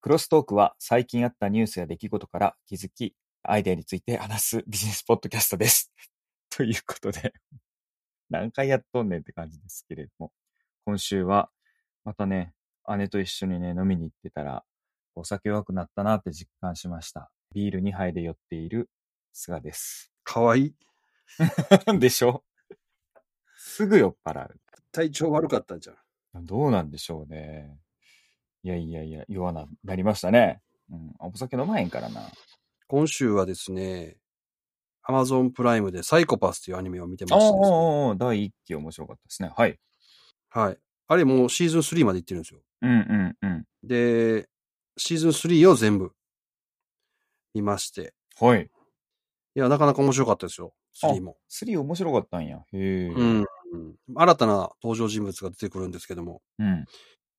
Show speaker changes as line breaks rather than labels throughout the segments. クロストークは最近あったニュースや出来事から気づき、アイデアについて話すビジネスポッドキャストです。 ということで、 何回やっとんねんって感じですけれども、今週はまたね、姉と一緒にね、飲みに行ってたら、お酒弱くなったなって実感しました。ビール2杯で酔っている菅です。
かわいい。
でしょすぐ酔っ払う。
体調悪かったんじゃん。
どうなんでしょうね。いやいやいや、弱な、なりましたね。うん。お酒飲まへんからな。
今週はですね、Amazon プライムでサイコパスというアニメを見て
あ
ま
あ、
してですね、
ああ第1期面白かったですね。はい。
はい。あれもうシーズン3までいってるんですよ。
うんうんうん。
で、シーズン3を全部見まして。
はい。
いや、なかなか面白かったですよ。3も。
3面白かったんや。へえ。
うん。新たな登場人物が出てくるんですけども、
うん。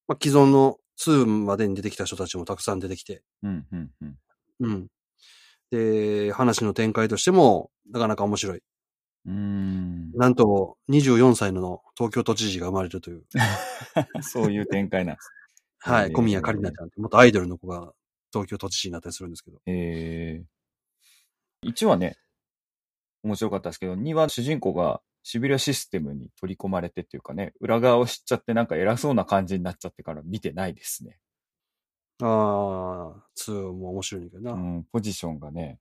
まあ、既存の2までに出てきた人たちもたくさん出てきて、
うんうんうん。
うん。で、話の展開としても、なかなか面白い。
うー ん。
なんと、24歳の東京都知事が生まれる という、
そういう展開なんです。
は
え
い、
ー
小宮カリナちゃんって、元アイドルの子が東京都知事になったりするんですけど、
へえ。1はね、面白かったですけど、2は主人公がシビリアシステムに取り込まれてっていうかね、裏側を知っちゃってなんか偉そうな感じになっちゃってから見てないですね。
ああ、2も面白いんだけどな。
うん、ポジションがね、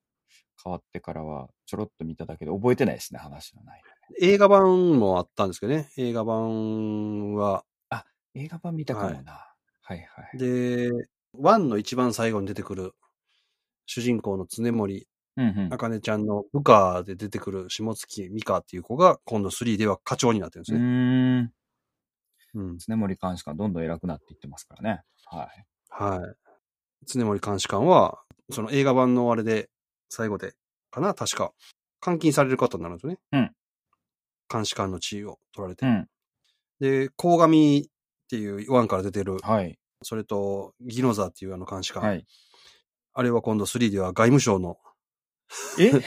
変わってからはちょろっと見ただけで覚えてないですね、話はない。
映画版もあったんですけどね、映画版は、
映画版見たかもな。はい、はい、
で、1の一番最後に出てくる、主人公の常森
うんうん。
茜ちゃんの部下で出てくる下月美香っていう子が、今度3では課長になってるんです
う
ね。
ーん。
うん。
常森監視官どんどん偉くなっていってますからね。はい。
はい。常森監視官は、その映画版のあれで、最後で、かな確か。監禁される方になるんですよね。
うん
監視官の地位を取られて。
うん。
で、鴻上っていうワンから出てる、
はい。
それと、ギノザっていうあの監視官。
はい。
あれは今度3では外務省の、
え
外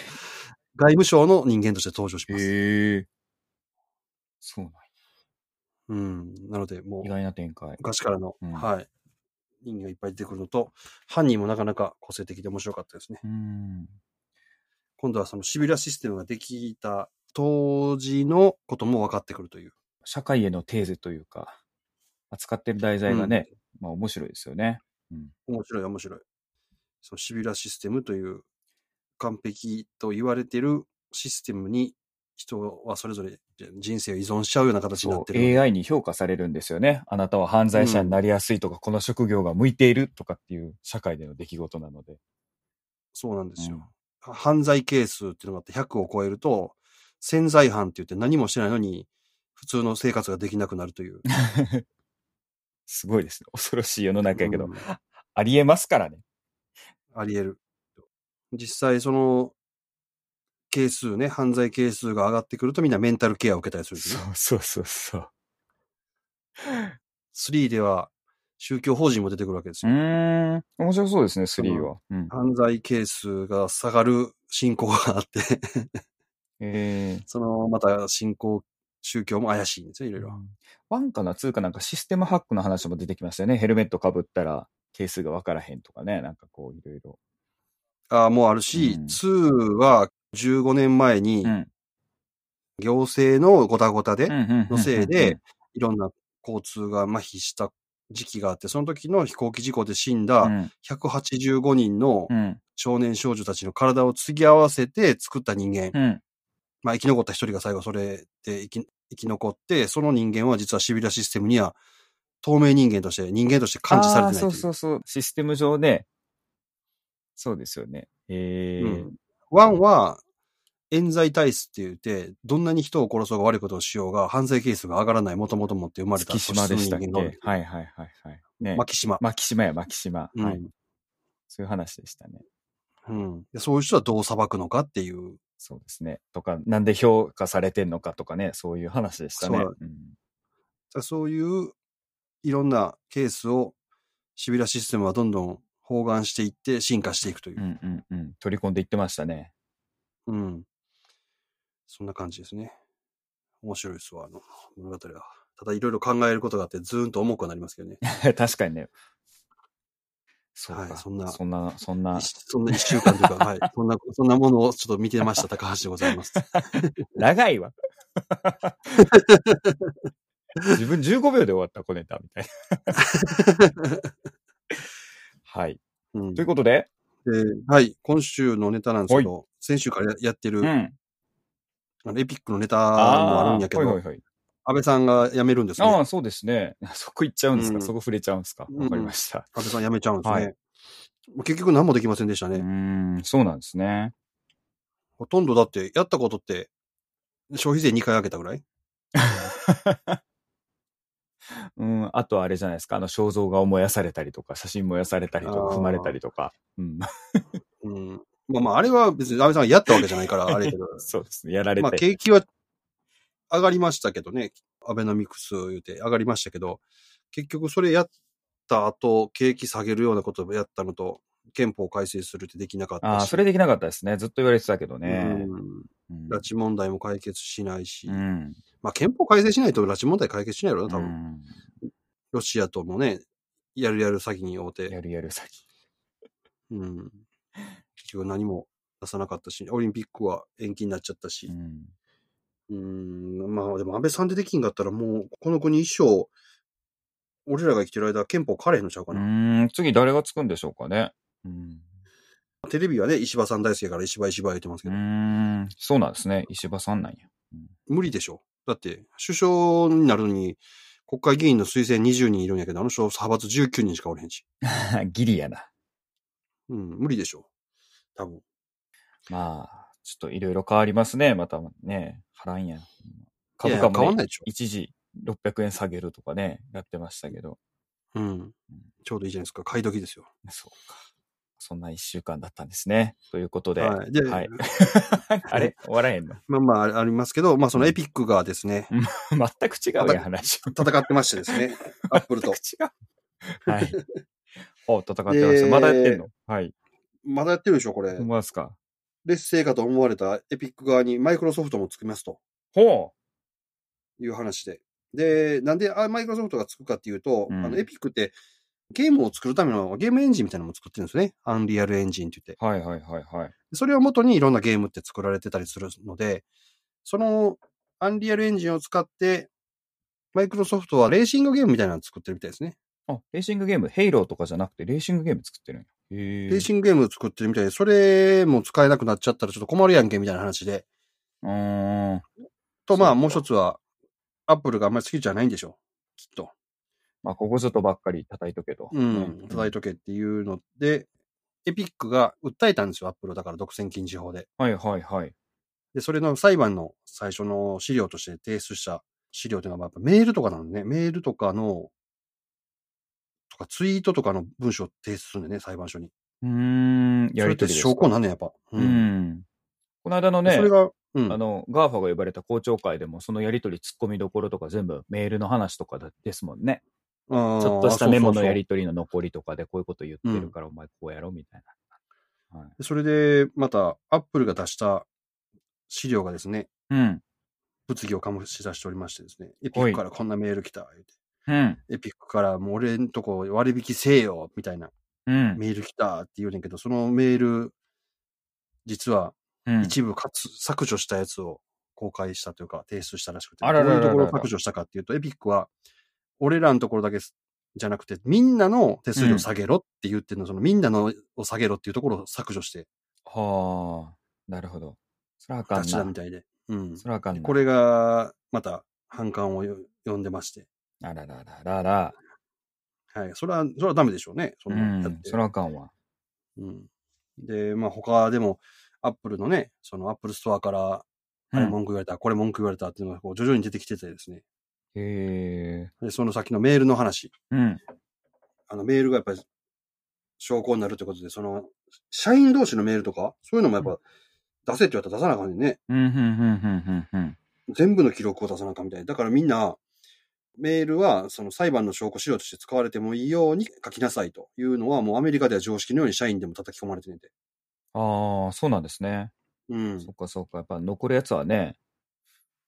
務省の人間として登場します。
へえ。そうなんや
うん。なので、も
意
う、
外な展開。
昔からの、
うん
はい。人間がいっぱい出てくるのと、犯人もなかなか個性的で面白かったですね。
うーん。
今度はそのシビラシステムができた当時のことも分かってくるという。
社会へのテーゼというか、扱ってる題材がね、まあ面白いですよね。
面白い面白い。そのシビラシステムという完璧と言われているシステムに人はそれぞれ人生を依存しちゃうような形にな
そ
って
う、
る。
AI に評価されるんですよね。あなたは犯罪者になりやすいとか、この職業が向いているとかっていう社会での出来事なので。
そうなんですよ。犯罪係数っていうのがあって100を超えると潜在犯って言って何もしてないのに普通の生活ができなくなると いう。
すごいですね。恐ろしい世の中やけど、
うん
ありえますからね。
あり得る。実際、その、係数ね、犯罪係数が上がってくるとみんなメンタルケアを受けたりするんです
そ
ね。
うそうそうそう。
3では宗教法人も出てくるわけです
う
よ。
ーん。面白そうですね、3は。うん。
犯罪係数が下がる信仰があって、
え
その、また信仰、宗教も怪しいんですよ、いろい
ー
ろ。。
ワンかな、ツーかなんかシステムハックの話も出てきましたよね。ヘルメットかぶったら、係数がわからへんとかね。なんかこう、いろいろ。
ああ、もうあるし、
うん
2は15年前に
うん。
行政のごたごたで、
の
のせいで、いろんな交通が麻痺した時期があって、その時の飛行機事故で死んだ、
うん
185人の
うん
少年少女たちの体を継ぎ合わせて作った人間。
うん
まあ生き残った一人が最後それで生き生き残って、その人間は実はシビラシステムには透明人間として、人間として感知されてない
あ
と
ーそ
いうう。
そうそう。システム上ね。そうですよね。へえ。
うんワンは、冤罪体質って言って、どんなに人を殺そうが悪いことをしようが、犯罪係数が上がらない、もともと持って生まれた
月島でしたっけ
素質の人間が多い
はいはいはいはい。ね。
牧島。
牧島や牧島、
うん
はい。そういう話でしたね。
うんでそういう人はどう裁くのかっていう
そうですね。とか、なんで評価されてんのかとかね、そういう話でしたね。
そう
うん
だからそういういろんなケースをシビラシステムはどんどん包含していって進化していくというう。
んうんうん。取り込んでいってましたね。
うん。そんな感じですね。面白いですわ、あの物語は。ただいろいろ考えることがあってずーんと重くはなりますけどね。
確かにね。そうか、
はいそんな
そんな、そんな、
そんな一週間というか、はい。 そんな、そんなものをちょっと見てました、高橋でございます。
長い わ。自分15秒で終わった小ネタみたいな。 はい。
うん
ということで、
ではい。今週のネタなんですけど、先週からややってる、
ん。
あのエピックのネタもあるんやけど、
ーはいはいはい。
安倍さんが辞めるんですね。
ああ、
安
そうですね。 そこ行っちゃうんですか、
うん
そこ触れちゃうんですかわかりました。
倍さん辞めちゃうんですね。
はい
もう結局何もできませんでした
う
ね。
ーん、そうなんですね。
ほとんどだって、やったことって、消費税2回上げたぐらい
うん、 あとあれじゃないですか。あの、肖像画を燃やされたりとか、写真燃やされたりと
あ
か、
ー
踏まれたりとか。うん、
うん。まあまあ、あれは別に安倍さんがやったわけじゃな いから、あれやけど。
そうですね。やられて。
まあ、景気は上がりましたけどね。アベノミクス言うて上がりましたけど、結局それやった後、景気下げるようなことをやったのと、憲法改正するってできなかったし。
ああ、それできなかったですね。ずっと言われてたけどね。
うん
うん
拉致問題も解決しないし、
うん。
まあ憲法改正しないと拉致問題解決しないやろな、多
う
分。
ん
ロシアともね、やるやる詐欺に追うて、
やるやる詐欺。
うん、結局何も出さなかったし、オリンピックは延期になっちゃったし
う、ん
うん、まあでも安倍さんでできんかったらもう、この国一生、俺らが生きてる間、憲法変われへんのちゃうか
う
な。
ーん、次誰がつくんでしょうかね。うん、
テレビはね、石破さん大好きやから石破石破言ってますけ
う
ど、
ーんそうなんですね。石破さんなんや。
無理でしょ。だって、首相になるのに、国会議員の推薦20人いるんやけど、あの人派閥19人しかおれへんし。
ギリや な。
うん、無理でしょ。多分。
まあ、ちょっといろいろ変わりますね。またね、払んや。
い
株
やい
価
や変わ
も、
んな
ね、
いでしょ。
一時600円下げるとかね、やってましたけど。
うん。ちょうどいいじゃないですか。買い時ですよ。
そうか。そんな一週間だったんですね。ということで。
はい。で、
はい。あれ終わらへんの
まあまあ、ありますけど、まあそのエピックがですね、
全く違うやん、話。
戦ってましてです ね、アップル
全
と
く違。う。 はい。お、戦ってました。まだやってんのはい。
まだやってるでしょ、これ
ほ。んまですか。
劣勢かと思われたエピック側にマイクロソフトもつきますと
ほ
いう話で。で、なんであマイクロソフトがつくかっていうと、
うん
あのエピックってゲームを作るためのゲームエンジンみたいなのも作ってるんですよね。アンリアルエンジンって言っ
う。
て。
はいはいはいはい。
それを元にいろんなゲームって作られてたりするので、そのアンリアルエンジンを使って、マイクロソフトはレーシングゲームみたいなのを作ってるみたいですね。
あ、レーシングゲーム、ヘイローとかじゃなくて、レーシングゲーム作ってるんや。へ
レーシングゲームを作ってるみたいで、それも使えなくなっちゃったらちょっと困るやんけみたいな話で。
うーん。
と、ま
そ
あ
うか
もう一つは、アップルがあんまり好きじゃないんでしょう。きっと。
まあ、ここぞとばっかり叩いとけと。
うん、叩いとけっていうので、エピックが訴えたんですよ、アップルだから独占禁止法で。
はいはいはい。
で、それの裁判の最初の資料として提出した資料というのは、やっぱメールとかなのね、メールとかの、とかツイートとかの文章を提出するんでね、裁判所に。
うーん、やりとりです
そ
か。
れって証拠になんねん、やっぱ。う
う。ん。この間の
で
ね
それ、が、うん。
あの、ガーファが呼ばれた校長会でも、そのやりとり、突っ込みどころとか全部メールの話とかだですもんね。
ちょ
ちょっとしたメモのやりとりの残りとかで、こういうこと言ってるから、お前こうやろみたいな。はい。
それで、また、アップルが出した資料がですね、
うん。
物議を醸し出しておりましてですね、エピ
は
ッ
い
クからこんなメール来た、言うて
うん。
エピックからもう俺んとこ割引せえよ、みたいな
うん。
メール来たって言うねんけど、そのメール、実は
うん
一部かつ削除したやつを公開したというか、提出したらしくて、
あららららら
どういうところを削除したかっていうと、エピックは、俺らのところだけすじゃなくて、みんなの手数料下げろって言ってるの、そのみんなのを下げろっていうところを削除して
はあ、なるほど。そらあか
出
ん
しだ
な。
みたいで。うん。
そらあかんな。
これが、また、反感をよ呼んでまして。
あららららら。
はい。それは、それはダメでしょうね。そうのやっ
ん。
て
そらあかんわ。
うん。で、まあ他でも、アップルのね、そのアップルストアから、あれ
うん
文句言われた、これ文句言われたっていうのがこう徐々に出てきててですね。
へえ。
で、その先のメールの話。
うん。
あのメールがやっぱり証拠になるってことで、その、社員同士のメールとか、そういうのもやっぱ出せって言われたら出さなあかんねんね。
うん、うん、うん、うん、うん。
全部の記録を出さなあかんみたい。だからみんな、メールはその裁判の証拠資料として使われてもいいように書きなさいというのはもうアメリカでは常識のように社員でも叩き込まれてねんて。
ああ、そうなんですね。
うん。
そっかそっか。やっぱ残るやつはね、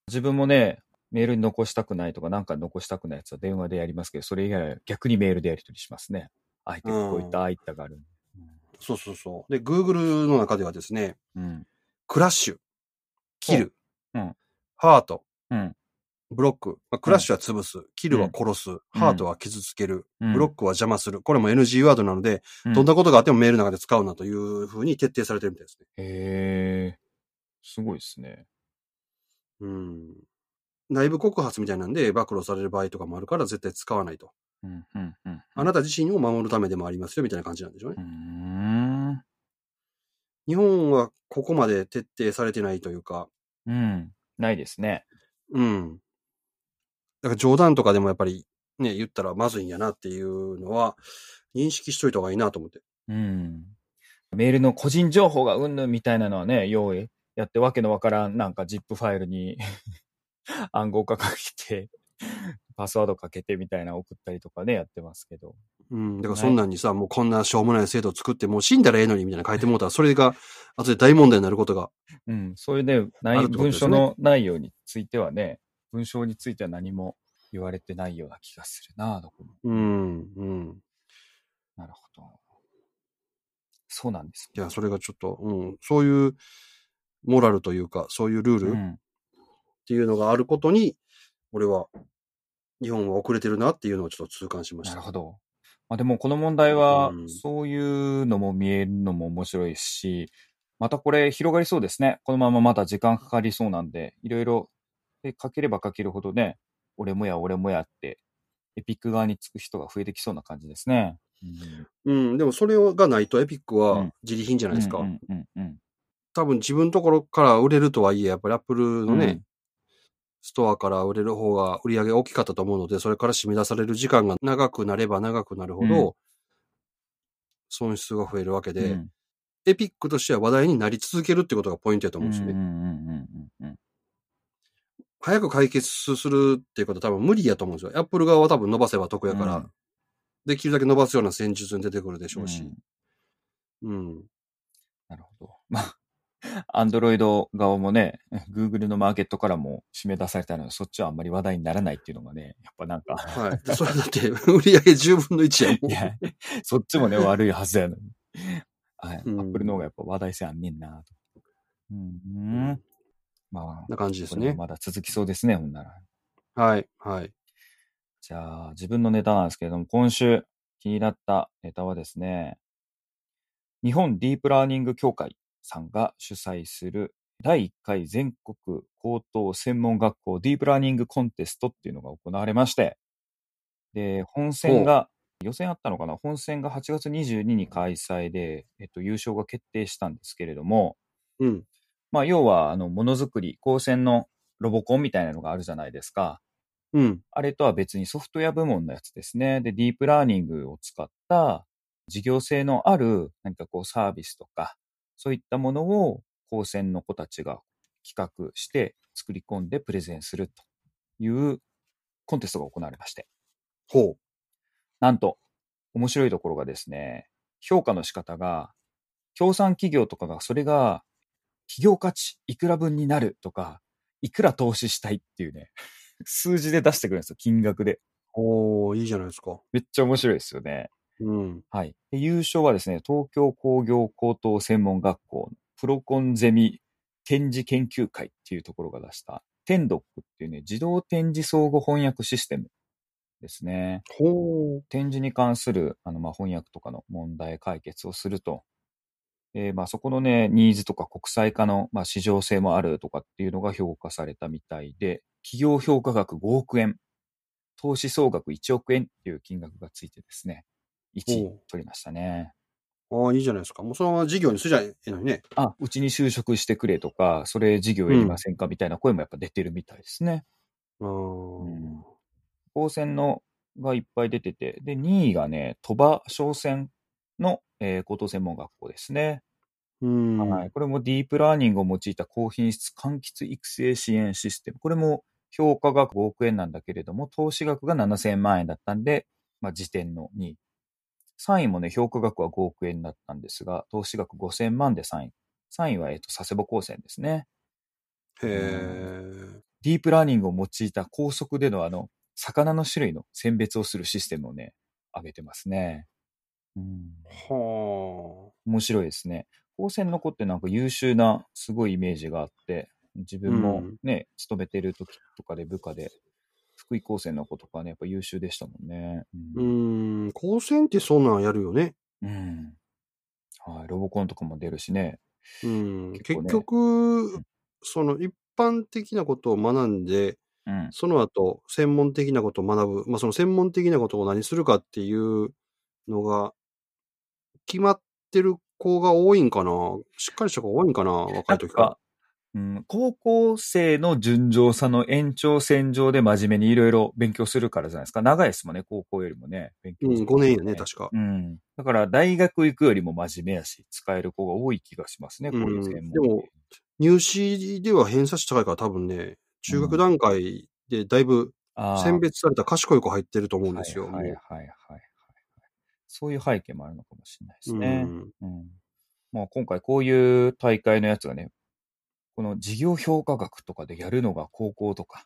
自分もね、メールに残したくないとか、なんか残したくないやつは電話でやりますけど、それ以外は逆にメールでやり取りしますね。アイテム、
うん
こういったアイタがある。
そうそうそう。で、Google の中ではですね、
うん。
クラッシュ、キル、
うん
ハート、
うん。
ブロック、まあ、クラッシュは潰す、キルは殺す、ハートは傷つける、
うん
ブロックは邪魔する。これも NG ワードなので、
うん
どんなことがあってもメールの中で使うなというふうに徹底されてるみたいですね。
へえ、すごいですね。
うん。内部告発みたいなんで暴露される場合とかもあるから絶対使わないと。
うん、うん、うん。
あなた自身を守るためでもありますよみたいな感じなんでしょうね。
うーん。
日本はここまで徹底されてないというか、
うん。ないですね。
うん。だから冗談とかでもやっぱりね、言ったらまずいんやなっていうのは認識しといた方がいいなと思って。
うん。メールの個人情報がうんぬんみたいなのはね、用意やってわけのわからん、なんか ZIP ファイルに 暗号化かけて、パスワードかけてみたいな送ったりとかね、やってますけど。
うん。だからそんなんにさ、もうこんなしょうもない制度作ってもう死んだらええのにみたいなの書いてもうたら、それが後で大問題になることが。
うん。そういうね、内
あるってこと
文
ですね
章の内容についてはね、文章については何も言われてないような気がするな、どこも。
うん。うん。
なるほど。そうなんです
いや、それがちょっと、うん。そういうモラルというか、そういうルール、
うん。
っていうのがあることに、俺は、日本は遅れてるなっていうのをちょっと痛感しまし
な
た。
るほど。まあ、でもこの問題は
うん、
そういうのも見えるのも面白いし、またこれ広がりそうですね。このまままた時間かかりそうなんで、いろいろ、で、かければかけるほどね、俺もや俺もやって、エピック側につく人が増えてきそうな感じですね。うん
うん、でもそれがないとエピック
う
は
ん
自利品じゃないですか。
うんうんうん
多分自分のところから売れるとはいえ、やっぱりアップル
うん
のね、ストアから売れる方が売り上げ大きかったと思うので、それから締め出される時間が長くなれば長くなるほ
う
ど、損失が増えるわけ
う
で、
んうん
エピックとしては話題になり続けるってことがポイントだと
うんう
思うん
ん
ですよね。
うんうん
早く解決するっていうことは多分無理やと思うんですよ。アップル側は多分伸ばせば得やから、
うん
できるだけ伸ばすような戦術に出てくるでしょう
う
し
ん。
うん。
なるほど。まあ、 アンドロイド側もね、Google のマーケットからも締め出されたので、そっちはあんまり話題にならないっていうのがね、やっぱなんか、
はい。でそれだって、 売り上げ10分の1やもん。
いや、そっちもね、悪いはずやのに。はい。ア
うん
ップルの方がやっぱ話題性あんねんなと。うん。
ん
まあ、
な感じです
これも
ね。
まだ続きそうですね、ほんなら。
はい。はい。
じゃあ、自分のネタなんですけれども、今週気になったネタはですね、日本ディープラーニング協会さんが主催する第1回全国高等専門学校ディープラーニングコンテストっていうのが行われまして、で、本戦が、予選あったのかな本戦が8月22に開催で、えっと、優勝が決定したんですけれども、
うん。
まあ、要は、あの、ものづくり、高専のロボコンみたいなのがあるじゃないですか。
うん。
あれとは別にソフトウェア部門のやつですね。で、ディープラーニングを使った事業性のある何かこうサービスとか、そういったものを高専の子たちが企画して作り込んでプレゼンするというコンテストが行われまして。
ほ
なんと、面白いところがですね、評価の仕方が、協賛企業とかがそれが企業価値いくら分になるとか、いくら投資したいっていうね、 数字で出してくるんですよ、金額で。
う。おー、いいじゃないですか。
めっちゃ面白いですよね。
うん。
はい。で優勝はですね、東京工業高等専門学校のプロコンゼミ展示研究会っていうところが出した、テンドックっていうね、自動展示相互翻訳システムですね。
ほう。
展示に関するあの、まあ、翻訳とかの問題解決をすると、えーまあ、そこのね、ニーズとか国際化の、まあ、市場性もあるとかっていうのが評価されたみたいで、企業評価額5億円、投資総額1億円っていう金額がついてですね、1位
おう
取りましたね。
ああ、いいじゃないですか。もうそのまま事業にすりゃええのにね。
あ、うちに就職してくれとか、それ事業やりませんかみたいな声もやっぱ出てるみたいですね。
うー
うん
ん。
高専のがいっぱい出てて、で、2位がね、鳥羽商船の、えー高等専門学校ですね。
うん。
はい。これもディープラーニングを用いた高品質柑橘育成支援システム。これも評価額5億円なんだけれども、投資額が7000万円だったんで、まあ、時点の2位。3位もね、評価額は5億円だったんですが、投資額5000万で3位。3位は、えっ、と、佐世保高専ですね。
へえ。
ディープラーニングを用いた高速でのあの、魚の種類の選別をするシステムをね、上げてますね。うん
は
面白いですね。高専の子ってなんか優秀な、すごいイメージがあって、自分も
うん
ね、勤めてる時とかで部下で、福井高専の子とかね、やっぱ優秀でしたもんね。
あ。うーん、高専ってそんなんやるよね。
うん。うんはい、ロボコンとかも出るしね。
うん、
結構
結
ねう
局
ん、
その一般的なことを学んで、
うん。
その後、専門的なことを学ぶ。まあ、その専門的なことを何するかっていうのが、決まってる子が多いんかなしっかりした子が多いんかな若
なん
い時から。
か、うん、高校生の純情さの延長線上で真面目にいろいろ勉強するからじゃないですか。長いですもんね、高校よりもね。勉
う
強
ん、
時間
5年やね、
ね
確か。
うん。だから、大学行くよりも真面目やし、使える子が多い気がしますね、こういう専
うん
門
でも入試では偏差値高いから多分ね、中
う
学
ん
段階でだいぶ
あー
選別された賢い子入ってると思うんですよ。
はいはい
も
はいはいはい。そういう背景もあるのかもしれないです
う
ね
う。
う
ん
ん。まあ今回こういう大会のやつがね、この事業評価額とかでやるのが高校とか、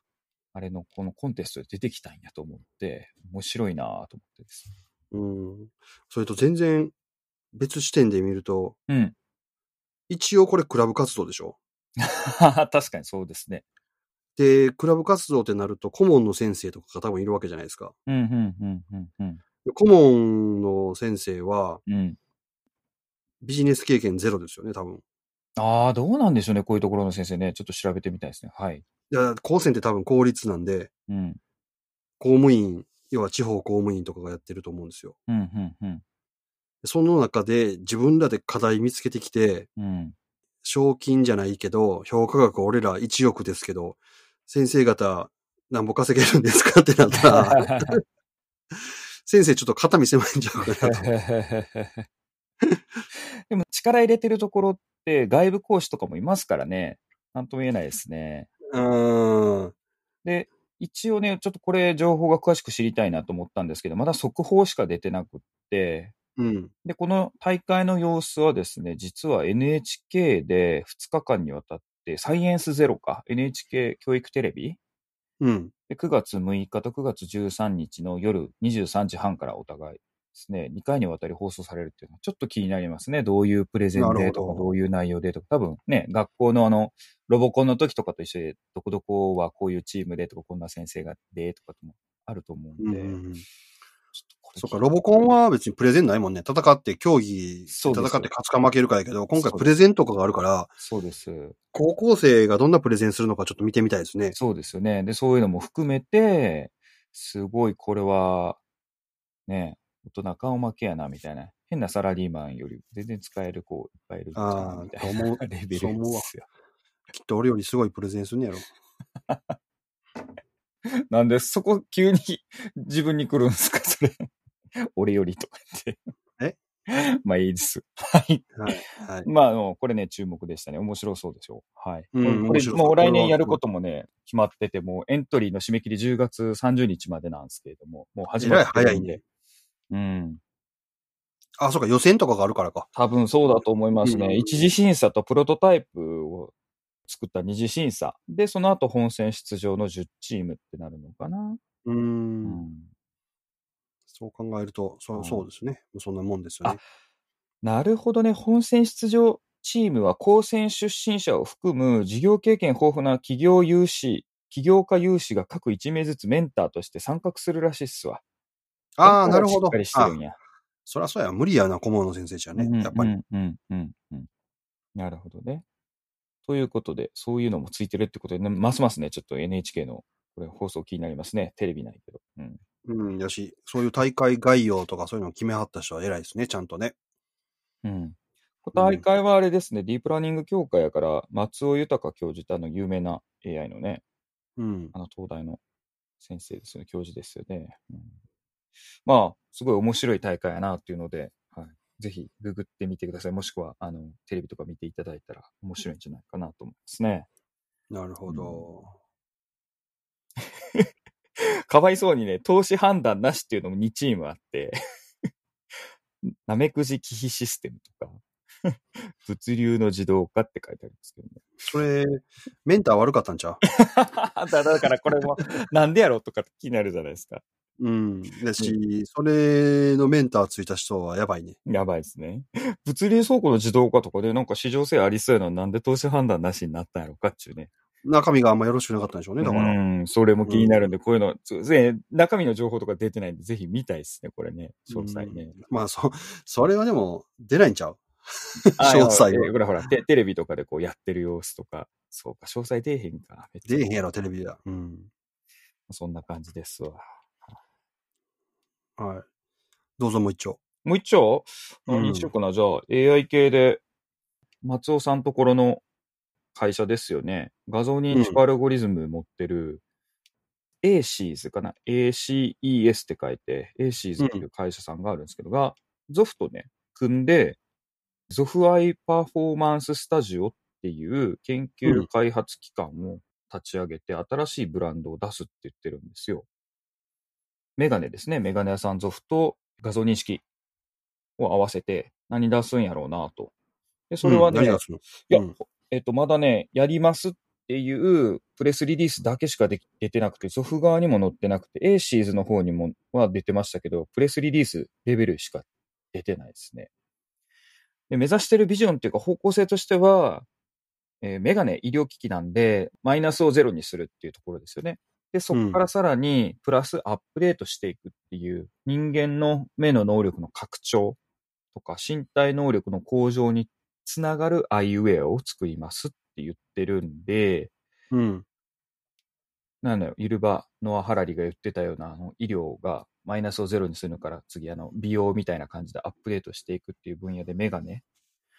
あれのこのコンテストで出てきたんやと思って、面白いなぁと思ってです。
うんそれと全然別視点で見ると、
うん。
一応これクラブ活動でしょ
確かにそうですね。
で、クラブ活動ってなると顧問の先生とかが多分いるわけじゃないですか。
うんうんうんうんうん。
で顧問の先生は
うん。
ビジネス経験ゼロですよね、多分。
ああ、どうなんでしょうね。こういうところの先生ね。ちょっと調べてみたいですね。はい。
いや、高専って多分公立なんで、
うん。
公務員、要は地方公務員とかがやってると思うんですよ。
うんうん
その中で自分らで課題見つけてきて、
うん。うん。
賞金じゃないけど、評価額俺ら1億ですけど、先生方、なんぼ稼げるんですかってなったら、先生ちょっと肩身狭いんちゃうかなと。
でも力入れてるところって外部講師とかもいますからね。なんとも言えないですね。
う
で、一応ね、ちょっとこれ情報が詳しく知りたいなと思ったんですけど、まだ速報しか出てなくって、
ーん。うん。
で、この大会の様子はですね、実は NHK で2日間にわたって、サイエンスゼロか、NHK 教育テレビ
うん。
で9月6日と9月13日の夜23時半からお互いですね、2回にわたり放送されるっていうのはちょっと気になりますね。どういうプレゼン
なる
で
ほ
と
ど
か、どういう内容でとか、多分ね、学校のあの、ロボコンの時とかと一緒で、どこどこはこういうチームでとか、こんな先生がでとかってもあると思う
うんん
で、
うんうん
ちょっと
そうか、
これ聞いて
ロボコンは別にプレゼンないもんね。戦って、競技、
そ
戦
うです
って勝つか負けるかやけど、
そ
今
う
回
です
プレゼンとかがあるから、
そうです。
高校生がどんなプレゼンするのかちょっと見てみたいですね。
そうですよね。で、そういうのも含めて、すごいこれは、ね、大人顔負けやな、みたいな。変なサラリーマンより全然使える子いっぱいいるんちゃう
あ
みた
あ、
い
と
な。
思う
レベ
そう
ルで
思うわ。
すよ。
きっと俺よりすごいプレゼンすんねやろ。
なんで、そこ急に 自分に来るんですか、それ。 俺よりとか言って。え まあいいです。はい。
はい。はい。
まああの、これね、注目でしたね。面白そうでしょう。はい。
うん
こ
面
れ、こ
白
れ
そう
もう来年やる
これは
こともね、決まってて、もうエントリーの締め切り10月30日までなんですけれども、もう始
え
ま
らい
って
早
る
い
んで。
ね。
うん。
あ、そうか、予選とかがあるからか。
多分そうだと思います
うん
ね。一次審査とプロトタイプを作った二次審査。で、その後本戦出場の10チームってなるのかな。
うー。
うん
そう考えると、そ
は
う
い
そうですね。そんなもんですよね。
なるほどね。本戦出場チームは高専出身者を含む事業経験豊富な企業有志、企業家有志が各1名ずつメンターとして参画するらしいっすわ。
あ
だ
あ、な
から
るほ
し
ど
っかりし。て
あ
るんや。
そりゃそうや。無理やな、顧問の先生じゃね。やっぱり。
うんうんうんうん。なるほどね。ということで、そういうのもついてるってことで、ね、ますますね、ちょっと NHK のこれ放送気になりますね。テレビないけど。うん、
うん。やし、そういう大会概要とかそういうのを決めはった人は偉いですね、ちゃんとね。
うん。大会はあれですね、ディープラーニング協会やから、松尾豊教授ってあの有名な AI のね、
うん。
あの東大の先生ですよね、教授ですよね。うん、まあ、すごい面白い大会やなっていうので、はい、ぜひググってみてください。もしくは、あの、テレビとか見ていただいたら面白いんじゃないかなと思いますね。
なるほど。
かわいそうにね、投資判断なしっていうのも2チームあって、 なめくじ忌避システムとか、 物流の自動化って書いてありますけどね。
それ、メンター悪かったんちゃう
だだからこれも、なんでやろうとか気になるじゃないですか。
うん。だし、それのメンターついた人はやばいね。
やばいですね。物流倉庫の自動化とかでなんか市場性ありそうやのになんで投資判断なしになったんやろうかっちゅうね。
中身があんまよろしくなかったんでしょうね、だから。
うん、それも気になるんで、こういうの、そうですね中身の情報とか出てないんで、ぜひ見たいですね、これね。詳細ね。
まあ、そ、それはでも、出ないんちゃう
あ
詳細は
えーほらほらテ、テレビとかでこうやってる様子とか、そうか、詳細出えへんか。
出えへんやろ、テレビだ。うん。
そんな感じですわ。
はい。どうぞもう一丁。
もう一丁
うん
何にしようかな、じゃあ、AI 系で、松尾さんところの会社ですよね。画像認識アルゴリズム持ってる、ACES かな ?ACES って書いて、ACES っていう会社さんがあるんですけどが、ゾフとね、組んで、ゾフアイパフォーマンススタジオっていう研
う
究
ん
開発機関を立ち上げて、新しいブランドを出すって言ってるんですよ。メガネですね。メガネ屋さんゾフと画像認識を合わせて何出すんやろうなと。で、それはね、
うん
い
何がする
や、
うん
えっと、まだね、やりますっていうプレスリリースだけしかでき出てなくて、ゾフ側にも載ってなくて、エーシーズの方にもは出てましたけど、プレスリリースレベルしか出てないですね。で目指してるビジョンっていうか方向性としては、えーメガネ医療機器なんで、マイナスをゼロにするっていうところですよね。で、そこからさらにプラスアップデートしていくっていう、人間の目の能力の拡張とか身体能力の向上につながるアイウェアを作りますって言ってるんで、
うん。
なんだよ、ゆるばノア・ハラリが言ってたようなあの医療がマイナスをゼロにするのから次あの美容みたいな感じでアップデートしていくっていう分野でメガネ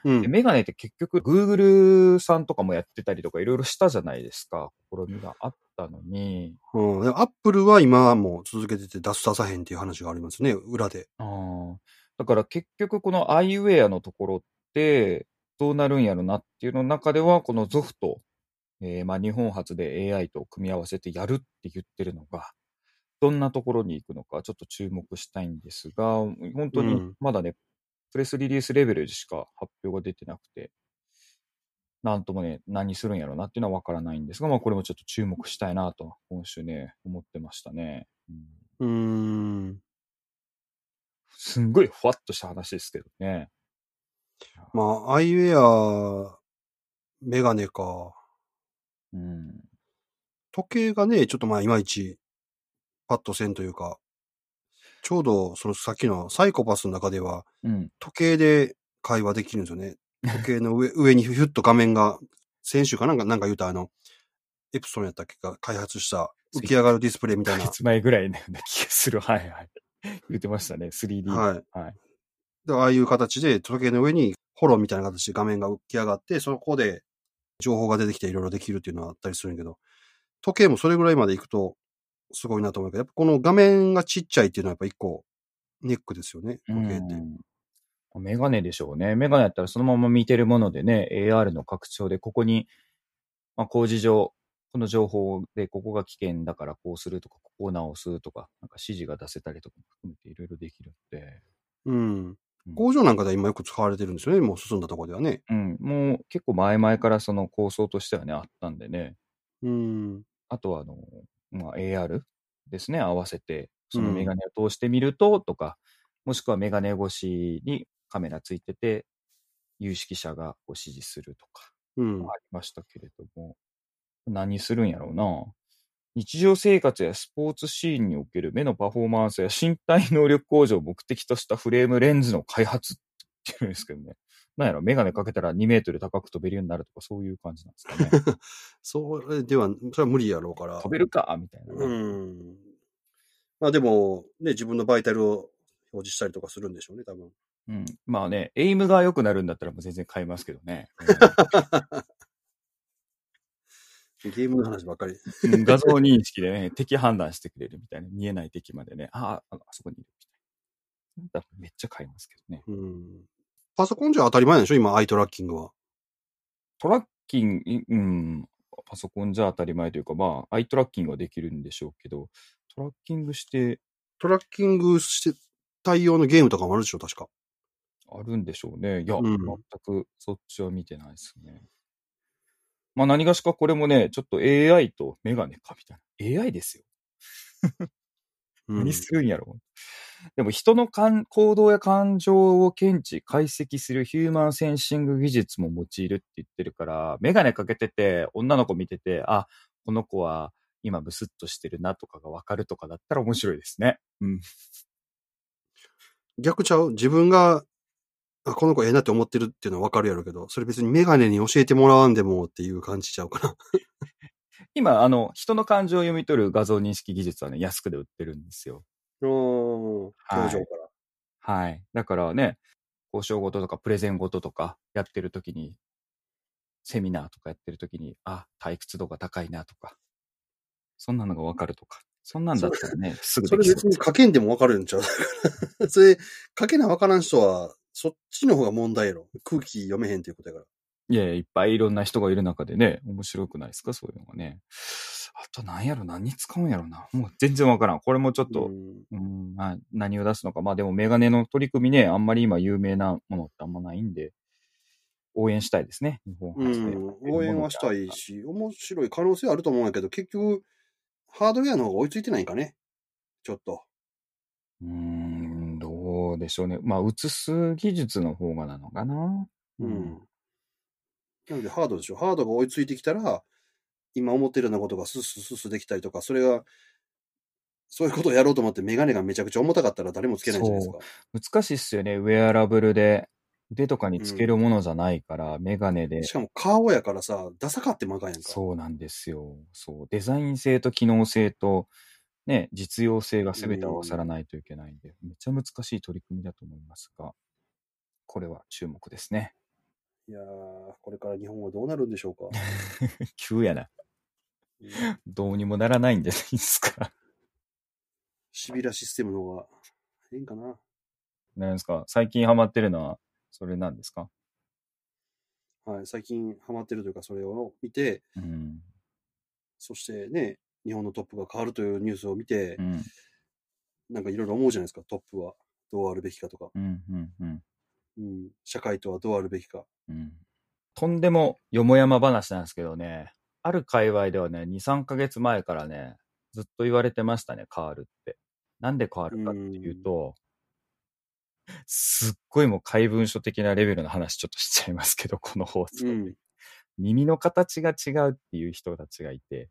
う
で
ん。
メガネって結局、Google さんとかもやってたりとか、いろいろしたじゃないですか。試みがあったのに。
うん。でもアップルは今も続けてて出す出さへんっていう話がありますね、裏で。
あーだから結局、このアイウェアのところって、どうなるんやろなっていうの中では、このゾフと、えーまあ、日本初で AI と組み合わせてやるって言ってるのが、どんなところに行くのか、ちょっと注目したいんですが、本当
う
に
ん
まだね、プレスリリースレベルでしか発表が出てなくて、なんともね、何するんやろうなっていうのはわからないんですが、まあこれもちょっと注目したいなと、今週ね、思ってましたね。うん
うーん。
すんごいふわっとした話ですけどね。
まあ、アイウェア、メガネか。
うん。
時計がね、ちょっとまあ、いまいち、パッとせんというか、ちょうど、そのさっきのサイコパスの中では、
うん。
時計で会話できるんですよね。時計の上 上にひゅっと画面が、先週かなんか、なんか言うたあの、エプソンやったっけか、開発した浮き上がるディスプレイみたい
1
な
ヶ。月前ぐらいのような気がする。はいはい。言ってましたね。3D。
はい。
はい。
で、ああいう形で時計の上にホロみたいな形で画面が浮き上がって、そこで情報が出てきていろいろできるっていうのはあったりするんやけど、時計もそれぐらいまで行くとすごいなと思うけど、やっぱこの画面がちっちゃいっていうのはやっぱ一個ネックですよね、時計って。
うんメガネでしょうね。メガネやったらそのまま見てるものでね、AR の拡張で、ここに、まあ、工事上、この情報で、ここが危険だからこうするとか、ここを直すとか、なんか指示が出せたりとかも含めていろいろできるので、
うん
うん。
工場なんかでは今よく使われてるんですよね、もう進んだところではね。
うん、もう結構前々からその構想としてはね、あったんでね、
うん。
あとはあの、まあ、AR ですね、合わせて、その
うん
メガネを通してみると、とか、もしくはメガネ越しにカメラついてて、有識者がこう指示するとか、
うん。
ありましたけれども、何するんやろうな。日常生活やスポーツシーンにおける目のパフォーマンスや身体能力向上を目的としたフレームレンズの開発っていうんですけどね。なんやろ、メガネかけたら2メートル高く飛べるようになるとか、そういう感じなんですか ね。
それでは、それは無理やろうから
飛。べるかみたいなね、
うん。まあでも、ね、自分のバイタルを表示したりとかするんでしょうね、多分。
うん。まあね、エイムが良くなるんだったらもう全然買いますけどね。
ゲームの話ばっかり。
うんうん画像認識でね、 敵判断してくれるみたいな、見えない敵までね、ああ、あそこにいるみたいな。だからめっちゃ買いますけどね。
うん。パソコンじゃ当たり前なんでしょ今、アイトラッキングは。
トラッキング、うん、パソコンじゃ当たり前というか、まあ、アイトラッキングはできるんでしょうけど、トラッキングして
トラッキングして対応のゲームとかもあるでしょ確か。
あるんでしょうね。いや、
うん
全くそっちは見てないですね。まあ、何がしかこれもね、ちょっと AI とメガネかみたいな。AI ですよ。
うん
何するんやろ。でも人の感行動や感情を検知、解析するヒューマンセンシング技術も用いるって言ってるから、メガネかけてて、女の子見てて、あ、この子は今ブスッとしてるなとかがわかるとかだったら面白いですね。うん。
逆ちゃう自分が、あこの子ええなって思ってるっていうのはわかるやろうけど、それ別にメガネに教えてもらわんでもっていう感じちゃうかな。
今、あの、人の感情を読み取る画像認識技術はね、安くで売ってるんですよ。
工
はい
場から。
はい。だからね、交渉ごととかプレゼンごととかやってるときに、セミナーとかやってるときに、あ、退屈度が高いなとか、そんなのがわかるとか、そんなんだったらね、すぐ
そ
で
れ
きそう
別に書けんでもわかるんちゃう それ、書けなわからん人は、そっちの方が問題やろ。空気読めへんっていうことやから。
いやいや、いっぱいいろんな人がいる中でね、面白くないですかそういうのがね。あと何やろ何に使うんやろなもう全然わからん。これもちょっと、
うん
うん、まあ、何を出すのか。まあでもメガネの取り組みね、あんまり今有名なものってあんまないんで、応援したいですね。日本
う
初で
ん、応援はしたいし、面白い可能性あると思うんやけど、結局、ハードウェアの方が追いついてないんかね。ちょっと。
うーん、どうでしょうね。まあ、映す技術の方がなのかな。
うん。なので、ハードでしょ。ハードが追いついてきたら、今思ってるようなことがスッスッスッスッできたりとか、それが、そういうことをやろうと思って、メガネがめちゃくちゃ重たかったら誰もつけないじゃないですか。
難しいっすよね。ウェアラブルで。腕とかにつけるものじゃないから、メガネで。
しかも顔やからさ、ダサかってまかんやんか。
そうなんですよ。そう。デザイン性と機能性と、ね、実用性が全て合わさらないといけないんで、めっちゃ難しい取り組みだと思いますが、これは注目ですね。
いやー、これから日本はどうなるんでしょうか。
急やな。
うん
どうにもならないんじゃないですか。
シビラシステムの方が、いいんかな。
なんですか最近ハマってるのは、それなんですか
はい、最近ハマってるというか、それを見て、
うん。
そしてね、日本のトップが変わるというニュースを見て
う、ん。
なんかいろいろ思うじゃないですか、トップはどうあるべきかとか、
うんうんうん
うん、社会とはどうあるべきか。
うんとんでもよもやま話なんですけどね、ある界隈ではね、2、3ヶ月前からね、ずっと言われてましたね、変わるって。なんで変わるかっていうと、すっごいもう怪文書的なレベルの話ちょっとしちゃいますけど、この放送
う
で。
ん、
耳の形が違うっていう人たちがいて、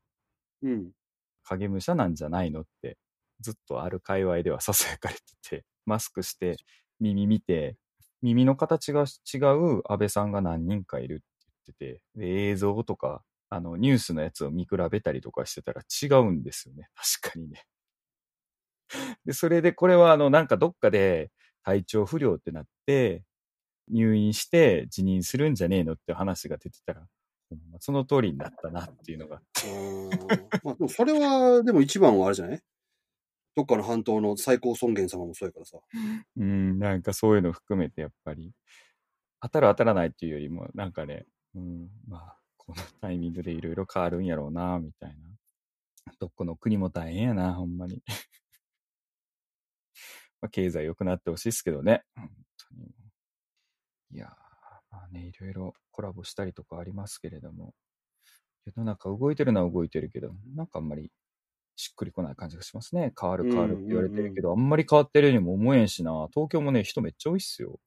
うん、
影武者なんじゃないのって、ずっとある界隈では囁かれてて、 マスクして、耳見て、耳の形が違う安倍さんが何人かいるって言ってて、で映像とか、あの、ニュースのやつを見比べたりとかしてたら違うんですよね。 確かにね。で、それでこれはあの、なんかどっかで体調不良ってなって、入院して辞任するんじゃねえのって話が出てたら、ほんまその通りになったなっていうのが
あーまあ、でもそれは、でも一番はあれじゃないどっかの半島の最高尊厳様もそうやからさ。
うん、なんかそういうの含めてやっぱり、当たる当たらないっていうよりも、なんかね、うん、まあ、このタイミングでいろいろ変わるんやろうな、みたいな。どこの国も大変やな、ほんまに。 まあ、経済良くなってほしいですけどね。本当に。いやー、まあね、いろいろコラボしたりとかありますけれども、世の中動いてるのは動いてるけど、なんかあんまりしっくりこない感じがしますね。変わる変わるって言われてるけど、あんまり変わってるようにも思えんしな。東京もね、人めっちゃ多いっすよ。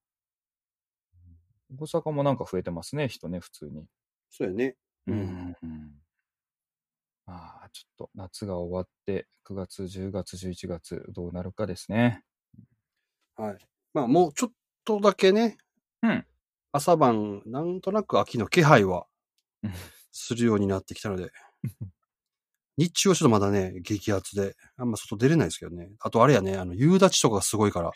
大阪もなんか増えてますね、人ね、普通に。
そうやね。うん
うんまあ、ちょっと夏が終わって、9月、10月、11月、どうなるかですね。
はい。まあもうちょっとだけね、
うん
朝晩、なんとなく秋の気配は
うん
するようになってきたので、日中はちょっとまだね、激アツで、あんま外出れないですけどね。あとあれやね、あの、夕立ちとかがすごいから。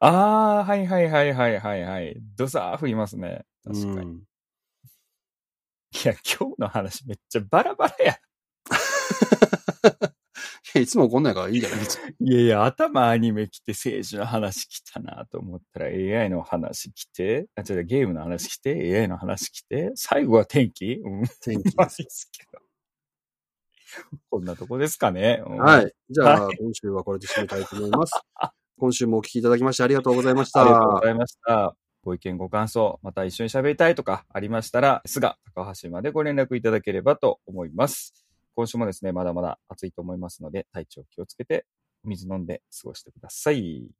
ああ、はいはいはいはいはいはい。ドサー降りますね。確かに。い
うん
や、今日の話めっちゃバラバラや。
いやいつもこんなんやからいいんじゃないですか。
いやいや、頭アニメ来て政治の話来たなと思ったら AI の話来て、あ、違う、ゲームの話来て、AI の話来て、最後は天気うん、
天気
ま
で
あ
す。
いいっすけど。こんなとこですかね。うん
はい。じゃあ、
は
今週はこれで締めたいと思います。今週もお聞きいただきましてありがとうございました。
ありがとうございました。ご意見、ご感想、また一緒に喋りたいとかありましたら、菅高橋までご連絡いただければと思います。今週もですね、まだまだ暑いと思いますので、体調気をつけて水飲んで過ごしてください。